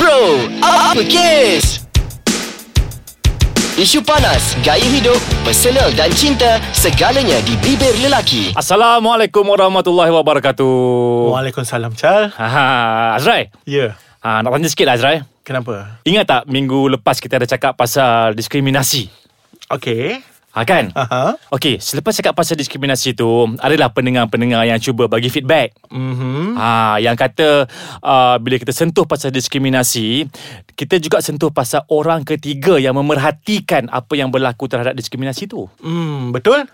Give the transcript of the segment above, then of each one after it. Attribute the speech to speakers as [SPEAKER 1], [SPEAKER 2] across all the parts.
[SPEAKER 1] Bro, apa kes? Isu panas, gaya hidup, personal dan cinta, segalanya di bibir lelaki.
[SPEAKER 2] Assalamualaikum warahmatullahi wabarakatuh.
[SPEAKER 3] Waalaikumsalam Chal
[SPEAKER 2] Ha, Azrai.
[SPEAKER 3] Ya
[SPEAKER 2] Ha, nak tanya sikit lah Azrai.
[SPEAKER 3] Kenapa?
[SPEAKER 2] Ingat tak minggu lepas kita ada cakap pasal diskriminasi?
[SPEAKER 3] Okay
[SPEAKER 2] Ha kan?
[SPEAKER 3] Aha.
[SPEAKER 2] Okey, selepas cakap pasal diskriminasi tu, adalah pendengar-pendengar yang cuba bagi feedback.
[SPEAKER 3] Mhm.
[SPEAKER 2] Ha, yang kata uh, bila kita sentuh pasal diskriminasi, kita juga sentuh pasal orang ketiga yang memerhatikan apa yang berlaku terhadap diskriminasi tu.
[SPEAKER 3] Hmm, betul?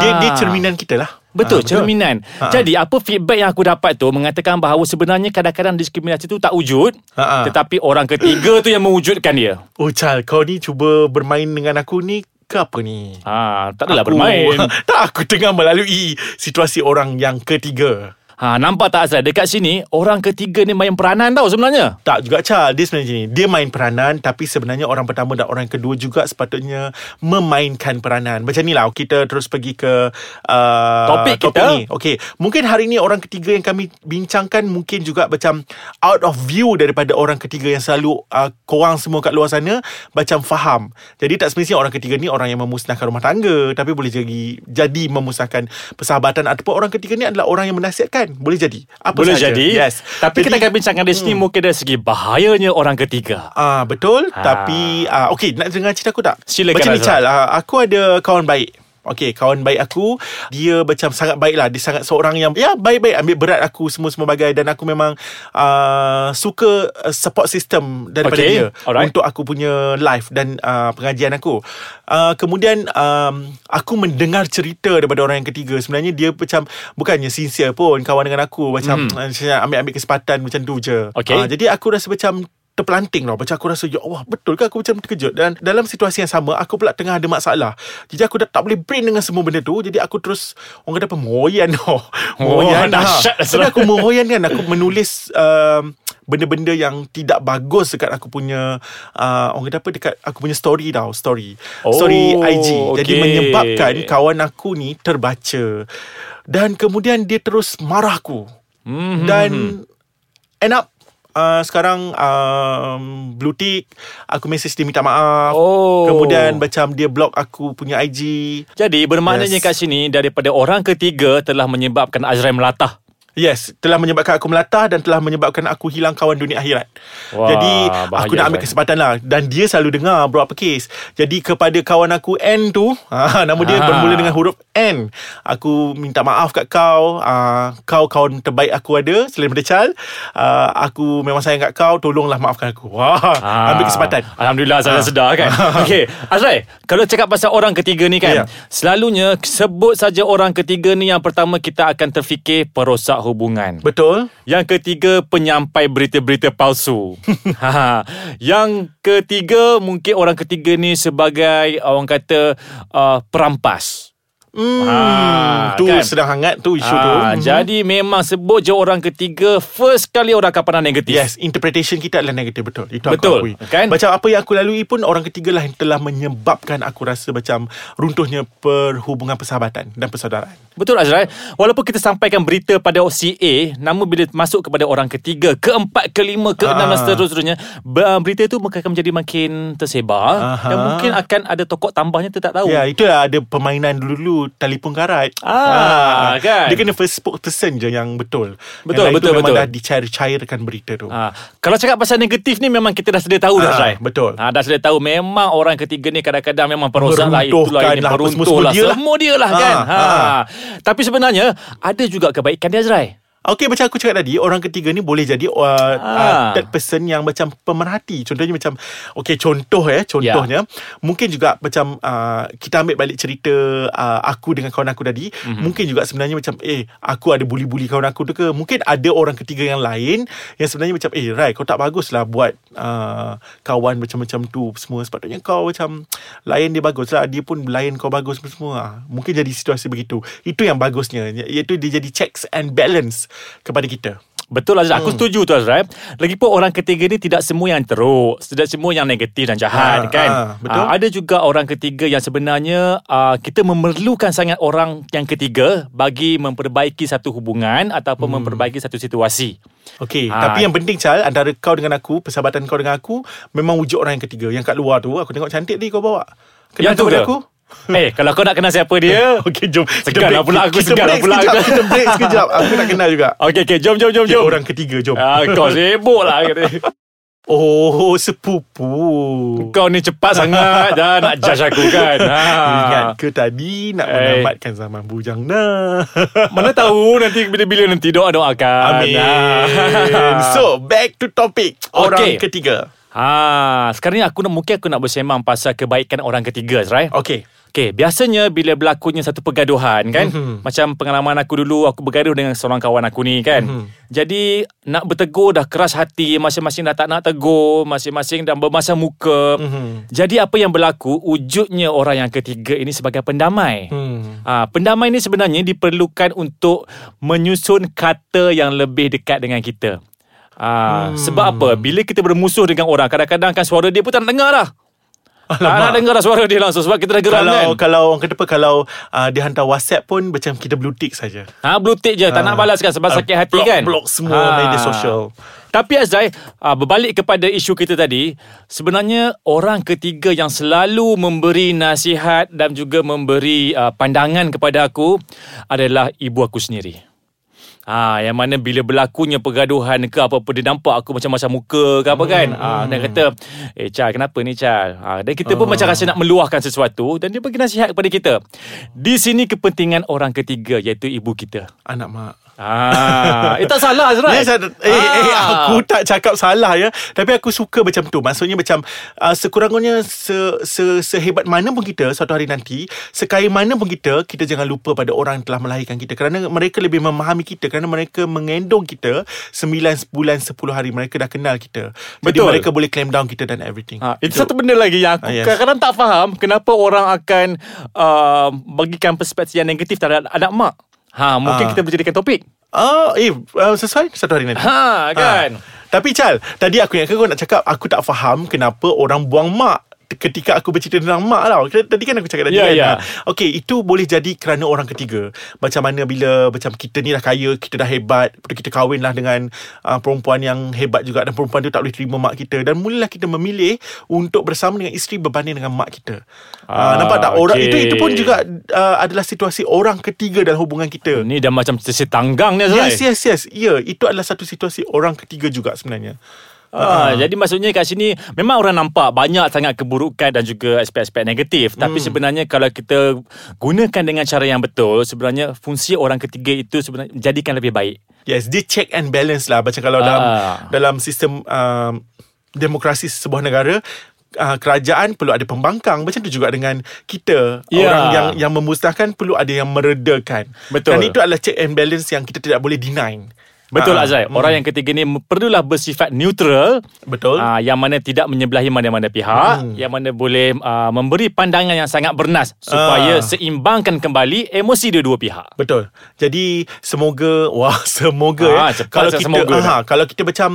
[SPEAKER 2] Ah.
[SPEAKER 3] dia, dia cerminan kita lah
[SPEAKER 2] Betul,
[SPEAKER 3] Ah,
[SPEAKER 2] cerminan.
[SPEAKER 3] Ha-ha.
[SPEAKER 2] Jadi, apa feedback yang aku dapat tu mengatakan bahawa sebenarnya kadang-kadang diskriminasi tu tak wujud,
[SPEAKER 3] Ha-ha.
[SPEAKER 2] tetapi orang ketiga tu yang mewujudkan dia.
[SPEAKER 3] Oh Chal kau ni cuba bermain dengan aku ni ke apa ni?
[SPEAKER 2] Ha, tak adalah
[SPEAKER 3] Aku- lah
[SPEAKER 2] bermain.
[SPEAKER 3] tak aku tengah melalui situasi orang yang ketiga
[SPEAKER 2] Ha, nampak tak Azrai? Dekat sini, orang ketiga ni main peranan tau sebenarnya.
[SPEAKER 3] tak juga Chal Dia sebenarnya ni Dia main peranan Tapi sebenarnya orang pertama dan orang kedua juga Sepatutnya Memainkan peranan Macam ni lah Kita terus pergi ke uh,
[SPEAKER 2] Topik kita.
[SPEAKER 3] ni Okay Mungkin hari ni orang ketiga yang kami bincangkan Mungkin juga macam Out of view daripada orang ketiga yang selalu uh, Korang semua kat luar sana Macam faham Jadi tak semestinya orang ketiga ni Orang yang memusnahkan rumah tangga Tapi boleh jadi Jadi memusnahkan persahabatan Ataupun orang ketiga ni adalah orang yang menasihatkan Boleh jadi Apa
[SPEAKER 2] Boleh
[SPEAKER 3] sahaja.
[SPEAKER 2] jadi.
[SPEAKER 3] Yes
[SPEAKER 2] Tapi kita
[SPEAKER 3] Jadi- Hmm.
[SPEAKER 2] akan bincangkan di sini mungkin dari segi bahayanya orang ketiga.
[SPEAKER 3] Ah betul
[SPEAKER 2] Ah.
[SPEAKER 3] ha. tapi ah okey nak dengar cerita aku tak?
[SPEAKER 2] Silakan,
[SPEAKER 3] Macam ni
[SPEAKER 2] Azra.
[SPEAKER 3] Chal, ah, aku ada kawan baik. Okey, kawan baik aku dia macam sangat baik lah. Dia sangat seorang yang ya baik-baik ambil berat aku semua-semua bagai dan aku memang uh, suka uh, support system daripada
[SPEAKER 2] Okey,
[SPEAKER 3] dia
[SPEAKER 2] alright.
[SPEAKER 3] untuk aku punya live dan uh, pengajian aku. Uh, kemudian um, aku mendengar cerita daripada orang yang ketiga. Sebenarnya dia macam bukannya sincere pun kawan dengan aku macam mm. ambil-ambil kesempatan macam tu je.
[SPEAKER 2] Okey.
[SPEAKER 3] Ah, jadi aku rasa macam terpelanting tau Macam aku rasa Ya Allah betul ke aku macam terkejut Dan dalam situasi yang sama Aku pula tengah ada masalah Jadi aku dah tak boleh brain dengan semua benda tu Jadi aku terus Orang kata apa Moyan tau Moyan ha.
[SPEAKER 2] dahsyat lah
[SPEAKER 3] Tapi aku moyan kan Aku menulis um, Benda-benda yang tidak bagus Dekat aku punya uh, Orang kata apa Dekat aku punya story tau Story
[SPEAKER 2] Oh,
[SPEAKER 3] Story IG Jadi
[SPEAKER 2] okey.
[SPEAKER 3] menyebabkan Kawan aku ni terbaca Dan kemudian dia terus marah aku
[SPEAKER 2] Hmm.
[SPEAKER 3] dan end up uh, sekarang um, blue tick aku message dia minta maaf
[SPEAKER 2] Oh.
[SPEAKER 3] kemudian macam dia block aku punya IG
[SPEAKER 2] Jadi bermaknanya yes.
[SPEAKER 3] Yes.
[SPEAKER 2] kat sini daripada orang ketiga telah menyebabkan Azrai melatah.
[SPEAKER 3] yes telah menyebabkan aku melatah dan telah menyebabkan aku hilang kawan dunia akhirat
[SPEAKER 2] Wah,
[SPEAKER 3] jadi
[SPEAKER 2] bahaya,
[SPEAKER 3] aku nak ambil
[SPEAKER 2] Azrai.
[SPEAKER 3] kesempatan lah dan dia selalu dengar bro apa kes jadi kepada kawan aku N tu ah, nama dia
[SPEAKER 2] Ah.
[SPEAKER 3] bermula dengan huruf N aku minta maaf kat kau ah, kau kawan terbaik aku ada selain daripada Chal ah, aku memang sayang kat kau tolonglah maafkan aku wah
[SPEAKER 2] Ah.
[SPEAKER 3] ambil kesempatan
[SPEAKER 2] Alhamdulillah Azrai
[SPEAKER 3] Ah.
[SPEAKER 2] sedar kan. Okey, Azrai, kalau cakap pasal orang ketiga ni kan,
[SPEAKER 3] Ya.
[SPEAKER 2] selalunya sebut saja orang ketiga ni yang pertama kita akan terfikir perosak hubungan.
[SPEAKER 3] Betul.
[SPEAKER 2] Yang ketiga penyampai berita-berita palsu. ha. Yang ketiga mungkin orang ketiga ni sebagai orang kata uh, perampas.
[SPEAKER 3] Hmm,
[SPEAKER 2] Ah,
[SPEAKER 3] tu
[SPEAKER 2] kan?
[SPEAKER 3] sedang hangat tu isu tu.
[SPEAKER 2] Ah,
[SPEAKER 3] Mhm.
[SPEAKER 2] Jadi memang sebut je orang ketiga First kali orang akan pandang negatif
[SPEAKER 3] Yes, interpretation kita adalah negatif betul. Itu
[SPEAKER 2] Betul,
[SPEAKER 3] aku akui.
[SPEAKER 2] kan?
[SPEAKER 3] Macam apa yang aku lalui pun orang ketiga lah yang telah menyebabkan aku rasa macam runtuhnya perhubungan persahabatan dan persaudaraan.
[SPEAKER 2] Betul Azrai Walaupun kita sampaikan berita pada si A Namun bila masuk kepada orang ketiga Keempat, kelima, keenam dan
[SPEAKER 3] Ah.
[SPEAKER 2] seterusnya ber- Berita itu mungkin akan menjadi makin tersebar
[SPEAKER 3] Aha.
[SPEAKER 2] Dan mungkin akan ada tokoh tambahnya kita tak tahu
[SPEAKER 3] Ya, itulah ada permainan dulu-dulu telefon karat.
[SPEAKER 2] Ah, kan?
[SPEAKER 3] Dia kena first spokesperson je yang betul.
[SPEAKER 2] Betul,
[SPEAKER 3] yang lain
[SPEAKER 2] betul,
[SPEAKER 3] tu memang
[SPEAKER 2] betul.
[SPEAKER 3] dah dicair-cairkan berita tu.
[SPEAKER 2] Ha, kalau cakap pasal negatif ni memang kita dah sedia tahu dah
[SPEAKER 3] Ah,
[SPEAKER 2] Zai.
[SPEAKER 3] betul.
[SPEAKER 2] Ha, dah sedia tahu memang orang ketiga ni kadang-kadang memang perosak lah itulah
[SPEAKER 3] Meruntuhkan
[SPEAKER 2] ini
[SPEAKER 3] lah, apa
[SPEAKER 2] peruntuh
[SPEAKER 3] semua-semua
[SPEAKER 2] lah
[SPEAKER 3] dia lah.
[SPEAKER 2] semua dia lah
[SPEAKER 3] Ah,
[SPEAKER 2] kan. Ha.
[SPEAKER 3] ah.
[SPEAKER 2] Tapi sebenarnya ada juga kebaikan dia Zai.
[SPEAKER 3] Okey macam aku cakap tadi Orang ketiga ni boleh jadi uh,
[SPEAKER 2] Ah.
[SPEAKER 3] uh, Third person yang macam pemerhati Contohnya macam Okey contoh eh Contohnya yeah. Mungkin juga macam uh, Kita ambil balik cerita uh, Aku dengan kawan aku tadi mm-hmm. Mungkin juga sebenarnya macam Eh aku ada bully-bully kawan aku tu ke Mungkin ada orang ketiga yang lain Yang sebenarnya macam Eh Rai kau tak bagus lah Buat uh, kawan macam-macam tu Semua sepatutnya kau macam Layan dia bagus lah Dia pun layan kau bagus semua Ah, Mungkin jadi situasi begitu Itu yang bagusnya Iaitu dia jadi checks and balance Kepada kita
[SPEAKER 2] Betul Azrai
[SPEAKER 3] Hmm.
[SPEAKER 2] Aku setuju tu Azrai Lagipun orang ketiga ni Tidak semua yang teruk Tidak semua yang negatif dan jahat
[SPEAKER 3] Ha,
[SPEAKER 2] kan
[SPEAKER 3] ha, betul.
[SPEAKER 2] Ah, Ada juga orang ketiga Yang sebenarnya uh, Kita memerlukan sangat orang yang ketiga Bagi memperbaiki satu hubungan Ataupun hmm. memperbaiki satu situasi
[SPEAKER 3] Okey,
[SPEAKER 2] Ah.
[SPEAKER 3] ha. tapi yang penting Chal antara kau dengan aku, persahabatan kau dengan aku memang wujud orang yang ketiga. Yang kat luar tu aku tengok cantik ni kau bawa.
[SPEAKER 2] Yang
[SPEAKER 3] Kenal
[SPEAKER 2] tu
[SPEAKER 3] kau pada
[SPEAKER 2] ke?
[SPEAKER 3] aku?
[SPEAKER 2] Eh kalau kau nak kenal siapa dia
[SPEAKER 3] Okey, jom.
[SPEAKER 2] Segan lah pula aku,
[SPEAKER 3] Kita
[SPEAKER 2] segan lah
[SPEAKER 3] break
[SPEAKER 2] pula
[SPEAKER 3] sekejap.
[SPEAKER 2] aku.
[SPEAKER 3] Kita break sekejap. Aku nak kenal juga.
[SPEAKER 2] Okey okey jom jom jom
[SPEAKER 3] Okay,
[SPEAKER 2] jom
[SPEAKER 3] orang ketiga, jom.
[SPEAKER 2] Ah, kau sibuk lah kata.
[SPEAKER 3] Oh, sepupu.
[SPEAKER 2] Kau ni cepat sangat Dah nak judge aku kan ha.
[SPEAKER 3] Ingat ke tadi nak
[SPEAKER 2] Eh.
[SPEAKER 3] menamatkan zaman bujang nah.
[SPEAKER 2] Mana tahu nanti bila-bila nanti doa-doakan
[SPEAKER 3] Amin.
[SPEAKER 2] Ah.
[SPEAKER 3] so, back to topic. Orang
[SPEAKER 2] Okey.
[SPEAKER 3] ketiga.
[SPEAKER 2] Ha, sekarang ni aku nak mungkin aku nak bersemang pasal kebaikan orang ketiga, right?
[SPEAKER 3] Okey.
[SPEAKER 2] Okey, biasanya bila berlakunya satu pergaduhan kan, mm-hmm. macam pengalaman aku dulu aku bergaduh dengan seorang kawan aku ni kan. Mm-hmm. Jadi nak bertegur dah keras hati, masing-masing dah tak nak tegur, masing-masing dah bermasa muka. Mm-hmm. Jadi apa yang berlaku, wujudnya orang yang ketiga ini sebagai pendamai.
[SPEAKER 3] Hmm.
[SPEAKER 2] Ha, pendamai ni sebenarnya diperlukan untuk menyusun kata yang lebih dekat dengan kita. Ha, hmm. Sebab apa? Bila kita bermusuh dengan orang, kadang-kadang kan suara dia pun tak nak dengar dah. Alamak. Tak nak dengar dah suara dia langsung sebab kita dah geram
[SPEAKER 3] Kalau
[SPEAKER 2] kan.
[SPEAKER 3] kalau orang kata apa kalau uh, dia hantar WhatsApp pun macam kita blue tick saja.
[SPEAKER 2] Ha, blue tick je. Tak nak balas kan sebab
[SPEAKER 3] Ah,
[SPEAKER 2] sakit hati
[SPEAKER 3] block-
[SPEAKER 2] kan.
[SPEAKER 3] block semua media sosial.
[SPEAKER 2] Tapi Azrai, ha, berbalik kepada isu kita tadi. Sebenarnya orang ketiga yang selalu memberi nasihat dan juga memberi uh, pandangan kepada aku adalah ibu aku sendiri. Ha, yang mana bila berlakunya pergaduhan ke apa-apa dia nampak aku macam macam muka ke apa kan. Ha,
[SPEAKER 3] Hmm.
[SPEAKER 2] dia kata, "Eh Chal, kenapa ni Chal?" Ha, dan kita pun macam rasa nak meluahkan sesuatu dan dia bagi nasihat kepada kita. Di sini kepentingan orang ketiga iaitu ibu kita.
[SPEAKER 3] Anak mak.
[SPEAKER 2] Ah, eh tak salah Azrai. Ah.
[SPEAKER 3] Yes, ada, eh, eh, aku tak cakap salah ya. Tapi aku suka macam tu. Maksudnya macam uh, sekurang-kurangnya se, se, sehebat mana pun kita suatu hari nanti, sekaya mana pun kita, kita jangan lupa pada orang yang telah melahirkan kita. Kerana mereka lebih memahami kita. Kerana mereka mengendong kita 9 bulan 10 hari. Mereka dah kenal kita. Jadi
[SPEAKER 2] Betul.
[SPEAKER 3] mereka boleh clamp down kita dan everything.
[SPEAKER 2] Ha, itu satu benda lagi yang aku
[SPEAKER 3] Ah, yes.
[SPEAKER 2] kadang-kadang tak faham kenapa orang akan uh, bagikan perspektif yang negatif terhadap anak mak. Ha, mungkin
[SPEAKER 3] Ah.
[SPEAKER 2] kita boleh jadikan topik.
[SPEAKER 3] Oh, eh, uh, sesuai satu hari nanti.
[SPEAKER 2] Ha, kan?
[SPEAKER 3] Ah, Tapi Chal, tadi aku ingatkan kau nak cakap aku tak faham kenapa orang buang mak ketika aku bercerita tentang mak lah. Tadi kan aku cakap tadi
[SPEAKER 2] Ya,
[SPEAKER 3] kan.
[SPEAKER 2] ya.
[SPEAKER 3] Ha. Okay, itu boleh jadi kerana orang ketiga. Macam mana bila macam kita ni dah kaya, kita dah hebat, lepas tu kita kahwin lah dengan uh, perempuan yang hebat juga dan perempuan tu tak boleh terima mak kita. Dan mulalah kita memilih untuk bersama dengan isteri berbanding dengan mak kita.
[SPEAKER 2] Ah,
[SPEAKER 3] Ah, nampak tak? Orang
[SPEAKER 2] okey.
[SPEAKER 3] itu itu pun juga uh, adalah situasi orang ketiga dalam hubungan kita.
[SPEAKER 2] Ni dah macam sesi tanggang ni Azrai.
[SPEAKER 3] Yes, yes, yes. Ya, itu adalah satu situasi orang ketiga juga sebenarnya. Ah.
[SPEAKER 2] Ha, jadi maksudnya kat sini memang orang nampak banyak sangat keburukan dan juga aspek-aspek negatif. Tapi
[SPEAKER 3] Hmm.
[SPEAKER 2] sebenarnya kalau kita gunakan dengan cara yang betul, sebenarnya fungsi orang ketiga itu sebenarnya jadikan lebih baik.
[SPEAKER 3] Yes, dia check and balance lah. Macam kalau dalam
[SPEAKER 2] Ah.
[SPEAKER 3] dalam sistem um, demokrasi sebuah negara, uh, kerajaan perlu ada pembangkang. Macam tu juga dengan kita.
[SPEAKER 2] Ya.
[SPEAKER 3] Orang yang yang memusnahkan perlu ada yang meredakan.
[SPEAKER 2] Betul.
[SPEAKER 3] Dan itu adalah check and balance yang kita tidak boleh deny.
[SPEAKER 2] Betul
[SPEAKER 3] Ah,
[SPEAKER 2] Azrai. Orang yang ketiga ni perlulah bersifat neutral.
[SPEAKER 3] Betul. Hmm.
[SPEAKER 2] Ah, yang mana tidak menyebelahi mana-mana pihak, yang mana boleh ah, memberi pandangan yang sangat bernas supaya
[SPEAKER 3] Ah.
[SPEAKER 2] seimbangkan kembali emosi dua-dua pihak.
[SPEAKER 3] Betul. Jadi semoga wah semoga
[SPEAKER 2] Ah,
[SPEAKER 3] ya.
[SPEAKER 2] cepat
[SPEAKER 3] Kalau
[SPEAKER 2] saya
[SPEAKER 3] kita
[SPEAKER 2] semoga
[SPEAKER 3] aha, kalau kita macam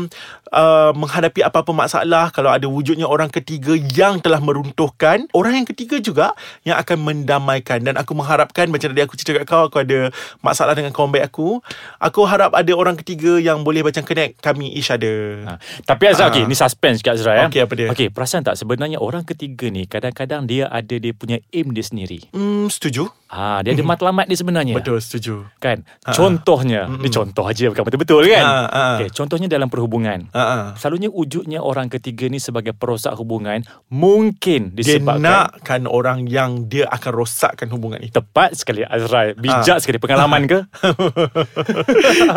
[SPEAKER 3] uh, menghadapi apa-apa masalah kalau ada wujudnya orang ketiga yang telah meruntuhkan, orang yang ketiga juga yang akan mendamaikan dan aku mengharapkan macam tadi aku cerita kat kau aku ada masalah dengan kawan baik aku, aku harap ada orang ketiga yang boleh macam connect kami each other.
[SPEAKER 2] Ha. Tapi Azra,
[SPEAKER 3] Ah.
[SPEAKER 2] okey, ni suspense kat Azra ya.
[SPEAKER 3] Okey, apa dia?
[SPEAKER 2] Okey, perasan tak sebenarnya orang ketiga ni kadang-kadang dia ada dia punya aim dia sendiri.
[SPEAKER 3] Hmm, setuju?
[SPEAKER 2] Ha, dia ada matlamat dia sebenarnya.
[SPEAKER 3] Betul, Ha. setuju.
[SPEAKER 2] Kan? Contohnya, ni contoh aja bukan betul-betul kan?
[SPEAKER 3] Ah, ah.
[SPEAKER 2] Okey, contohnya dalam perhubungan.
[SPEAKER 3] Ha ah.
[SPEAKER 2] Selalunya wujudnya orang ketiga ni sebagai perosak hubungan mungkin
[SPEAKER 3] Dia
[SPEAKER 2] disebabkan
[SPEAKER 3] nakkan orang yang dia akan rosakkan hubungan itu.
[SPEAKER 2] tepat sekali Azrai,
[SPEAKER 3] Ha.
[SPEAKER 2] bijak sekali pengalaman ke?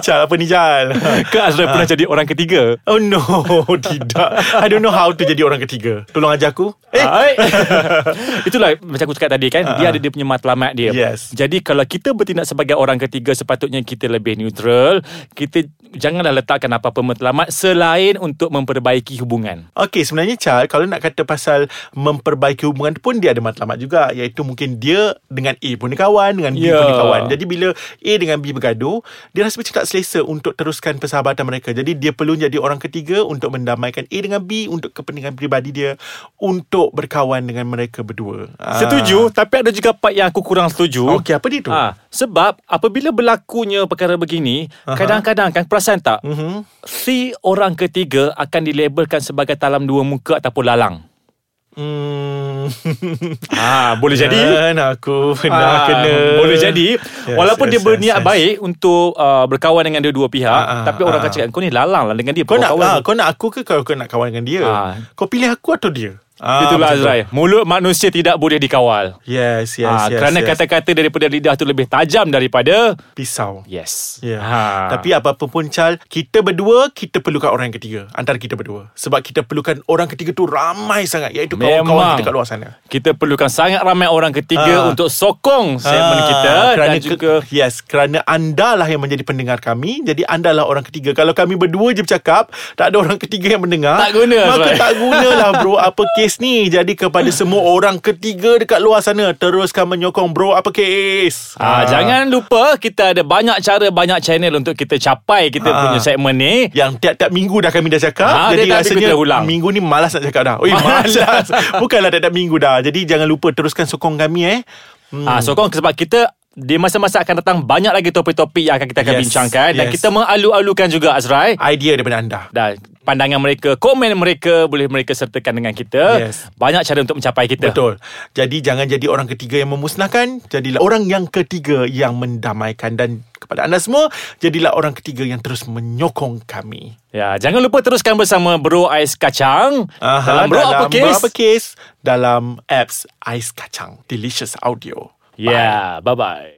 [SPEAKER 3] Jal, apa ni Jal?
[SPEAKER 2] Ke Azrai pernah jadi orang ketiga?
[SPEAKER 3] Oh no, tidak. I don't know how to jadi orang ketiga. Tolong ajar aku. Eh, Ah.
[SPEAKER 2] Eh. Itulah macam aku cakap tadi kan uh-huh. Dia ada dia punya matlamat dia
[SPEAKER 3] Yes.
[SPEAKER 2] Jadi kalau kita bertindak sebagai orang ketiga Sepatutnya kita lebih neutral Kita janganlah letakkan apa-apa matlamat selain untuk memperbaiki hubungan.
[SPEAKER 3] Okey, sebenarnya Chal, kalau nak kata pasal memperbaiki hubungan tu pun dia ada matlamat juga iaitu mungkin dia dengan A pun dia kawan, dengan B
[SPEAKER 2] Ya.
[SPEAKER 3] pun dia kawan. Jadi bila A dengan B bergaduh, dia rasa macam tak selesa untuk teruskan persahabatan mereka. Jadi dia perlu jadi orang ketiga untuk mendamaikan A dengan B untuk kepentingan peribadi dia untuk berkawan dengan mereka berdua. Ah.
[SPEAKER 2] Setuju, tapi ada juga part yang aku kurang setuju.
[SPEAKER 3] Okey, apa dia tu?
[SPEAKER 2] Ha, sebab apabila berlakunya perkara begini,
[SPEAKER 3] Aha.
[SPEAKER 2] kadang-kadang kan perasan tak?
[SPEAKER 3] Mhm.
[SPEAKER 2] Si orang ketiga akan dilabelkan sebagai talam dua muka ataupun lalang.
[SPEAKER 3] Hmm.
[SPEAKER 2] Ah, boleh jadi.
[SPEAKER 3] Dan aku nak
[SPEAKER 2] Ah,
[SPEAKER 3] kena
[SPEAKER 2] Boleh jadi yes, Walaupun yes, dia berniat yes, baik Untuk uh, berkawan dengan dua-dua pihak
[SPEAKER 3] Ah, ah,
[SPEAKER 2] Tapi orang
[SPEAKER 3] ah.
[SPEAKER 2] akan cakap Kau ni lalang lah dengan dia
[SPEAKER 3] Kau nak
[SPEAKER 2] kawan-kawan."
[SPEAKER 3] ah, kau nak aku ke kau, kau nak kawan dengan dia?
[SPEAKER 2] Ah.
[SPEAKER 3] Kau pilih aku atau dia? Ah,
[SPEAKER 2] Itulah
[SPEAKER 3] macam tu.
[SPEAKER 2] Azrai Mulut manusia tidak boleh dikawal
[SPEAKER 3] Yes, yes,
[SPEAKER 2] Ah,
[SPEAKER 3] yes.
[SPEAKER 2] kerana
[SPEAKER 3] yes.
[SPEAKER 2] kata-kata daripada lidah tu lebih tajam daripada
[SPEAKER 3] pisau.
[SPEAKER 2] yes.
[SPEAKER 3] Yeah.
[SPEAKER 2] Ha.
[SPEAKER 3] Ya. Tapi apa-apa pun Chal Kita berdua Kita perlukan orang yang ketiga Antara kita berdua Sebab kita perlukan Orang ketiga tu ramai sangat Iaitu kawan-kawan
[SPEAKER 2] Memang.
[SPEAKER 3] kita kat luar sana
[SPEAKER 2] kita perlukan sangat ramai orang ketiga
[SPEAKER 3] Ah.
[SPEAKER 2] untuk sokong segmen
[SPEAKER 3] Ah,
[SPEAKER 2] kita
[SPEAKER 3] kerana
[SPEAKER 2] dan
[SPEAKER 3] ke-
[SPEAKER 2] juga
[SPEAKER 3] Yes Kerana anda lah yang menjadi pendengar kami Jadi anda lah orang ketiga Kalau kami berdua je bercakap Tak ada orang ketiga yang mendengar
[SPEAKER 2] Tak guna,
[SPEAKER 3] Maka
[SPEAKER 2] Azrai.
[SPEAKER 3] tak gunalah bro Apa kes ni Jadi kepada semua orang ketiga Dekat luar sana Teruskan menyokong bro Apa kes
[SPEAKER 2] Ah, jangan lupa kita ada banyak cara banyak channel untuk kita capai kita
[SPEAKER 3] Ah.
[SPEAKER 2] punya segmen ni.
[SPEAKER 3] yang tiap-tiap minggu dah kami dah cakap
[SPEAKER 2] Ah, dia
[SPEAKER 3] jadi
[SPEAKER 2] tak ada
[SPEAKER 3] rasanya
[SPEAKER 2] kita ulang.
[SPEAKER 3] minggu ni malas nak cakap dah. Oi
[SPEAKER 2] Malas.
[SPEAKER 3] malas. Bukanlah tiap-tiap minggu dah. Jadi jangan lupa teruskan sokong kami eh. Hmm.
[SPEAKER 2] Ah, sokong sebab kita di masa-masa akan datang banyak lagi topik-topik yang akan kita akan
[SPEAKER 3] Yes,
[SPEAKER 2] bincangkan dan
[SPEAKER 3] yes.
[SPEAKER 2] kita mengalu-alukan juga Azrai.
[SPEAKER 3] Idea daripada anda.
[SPEAKER 2] dan pandangan mereka, komen mereka boleh mereka sertakan dengan kita.
[SPEAKER 3] Yes.
[SPEAKER 2] Banyak cara untuk mencapai kita.
[SPEAKER 3] Betul. Jadi jangan jadi orang ketiga yang memusnahkan, jadilah orang yang ketiga yang mendamaikan dan kepada anda semua, jadilah orang ketiga yang terus menyokong kami.
[SPEAKER 2] Ya, jangan lupa teruskan bersama Bro Ais Kacang dalam Bro Apa
[SPEAKER 3] dalam
[SPEAKER 2] Kes.
[SPEAKER 3] Berapa Kes dalam apps Ais Kacang Delicious Audio.
[SPEAKER 2] Ya, yeah, bye-bye.